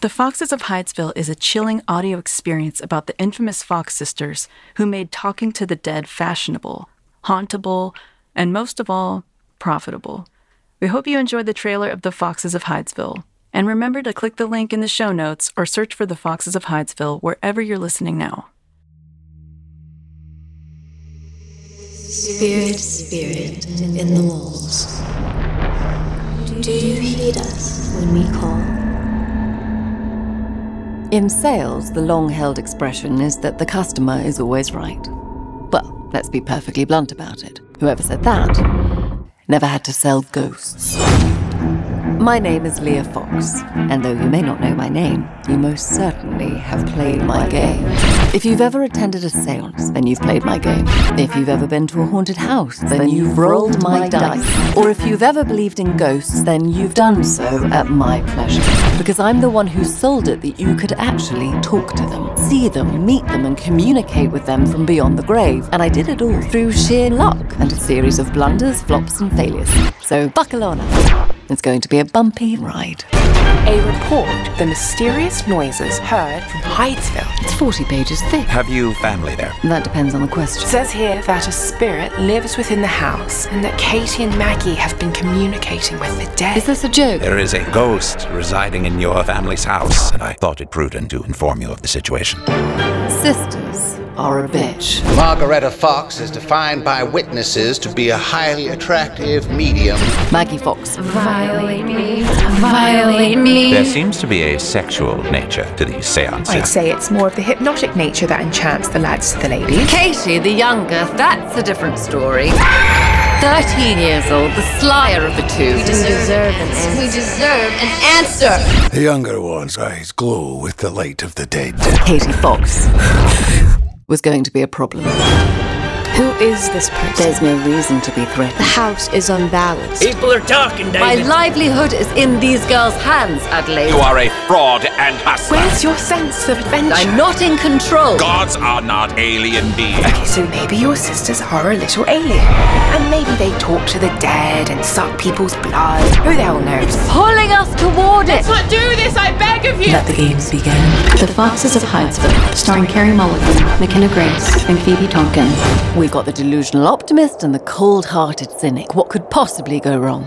The Foxes of Hydesville is a chilling audio experience about the infamous Fox sisters who made talking to the dead fashionable, hauntable, and most of all, profitable. We hope you enjoyed the trailer of The Foxes of Hydesville. And remember to click the link in the show notes or search for The Foxes of Hydesville wherever you're listening now. Spirit, spirit, in the walls. Do you heed us when we call? In sales, the long held expression is that the customer is always right. Well, let's be perfectly blunt about it. Whoever said that never had to sell ghosts. My name is Leah Fox, and though you may not know my name, you most certainly have played my game. If you've ever attended a seance, then you've played my game. If you've ever been to a haunted house, then, you've rolled my dice. Or if you've ever believed in ghosts, then you've done so at my pleasure. Because I'm the one who sold it that you could actually talk to them, see them, meet them, and communicate with them from beyond the grave. And I did it all through sheer luck and a series of blunders, flops, and failures. So buckle on up. It's going to be a bumpy ride. A report, the mysterious noises heard from Hydesville, It's 40 pages thick. Have you family there? That depends on the question. says here that a spirit lives within the house and that Katie and Maggie have been communicating with the dead. Is this a joke? There is a ghost residing in your family's house, and I thought it prudent to inform you of the situation. Sisters are a bitch. Margaretta Fox is defined by witnesses to be a highly attractive medium. Maggie Fox. Violate me. Violate me. There seems to be a sexual nature to these I'd seances. say it's more of the hypnotic nature that enchants the lads to the ladies. Katie, the younger, that's a different story. 13 years old, the slyer of the two. deserve an answer. We deserve an answer. The younger one's eyes glow with the light of the dead. Katie Fox was going to be a problem. Who is this person? There's no reason to be The threatened. house is unbalanced. People are talking, My David. livelihood is in these girls' hands, Adelaide. You are a fraud and hustler. Where's your sense of adventure? I'm not in control. Gods are not alien beings. Okay, so maybe your sisters are a little alien. And maybe they talk to the dead and suck people's blood. Oh, Who the hell knows? Pulling us toward it. But do this, I beg of you! Let the games begin. The Foxes of Hydesville, starring Carrie Mulligan, McKenna Grace, and Phoebe Tonkin. We got the delusional optimist and the cold hearted cynic. What could possibly go wrong?